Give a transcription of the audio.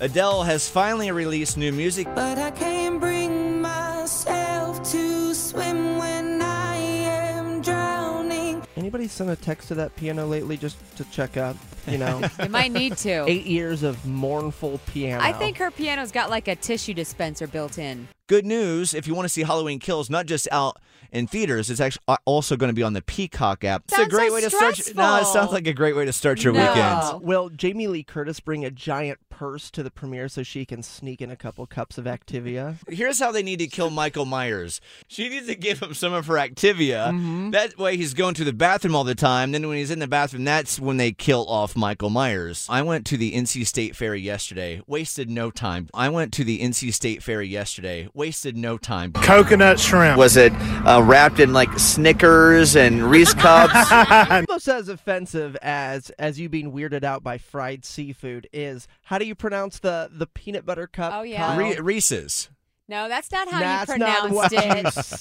Adele has finally released new music, But I can't bring myself to swim when I am drowning. Anybody sent a text to that piano lately just to check up? You know, You might need to. eight years of mournful piano. I think her piano's got like a tissue dispenser built in. Good news if you want to see Halloween Kills not just out in theaters, it's actually also going to be on the Peacock app. it's Sounds a great so way to start. No, it sounds stressful. like a great way to start your No. Oh. weekend. Will Jamie Lee Curtis bring a giant purse to the premiere so she can sneak in a couple cups of Activia? Here's how they need to kill Michael Myers. She needs to give him some of her Activia. Mm-hmm. That way he's going to the bathroom all the time. Then when he's in the bathroom, that's when they kill off Michael Myers. I went to the NC State Fair yesterday. Wasted no time. I went to the NC State Fair yesterday. Wasted no time. Coconut shrimp. Was it uh, wrapped in like Snickers and Reese cups? Almost as offensive as as you being weirded out by fried seafood is. How do you pronounce the the peanut butter cup? Oh, yeah. Kyle? Re- Reese's. No, that's not how That's you not pronounced what you it.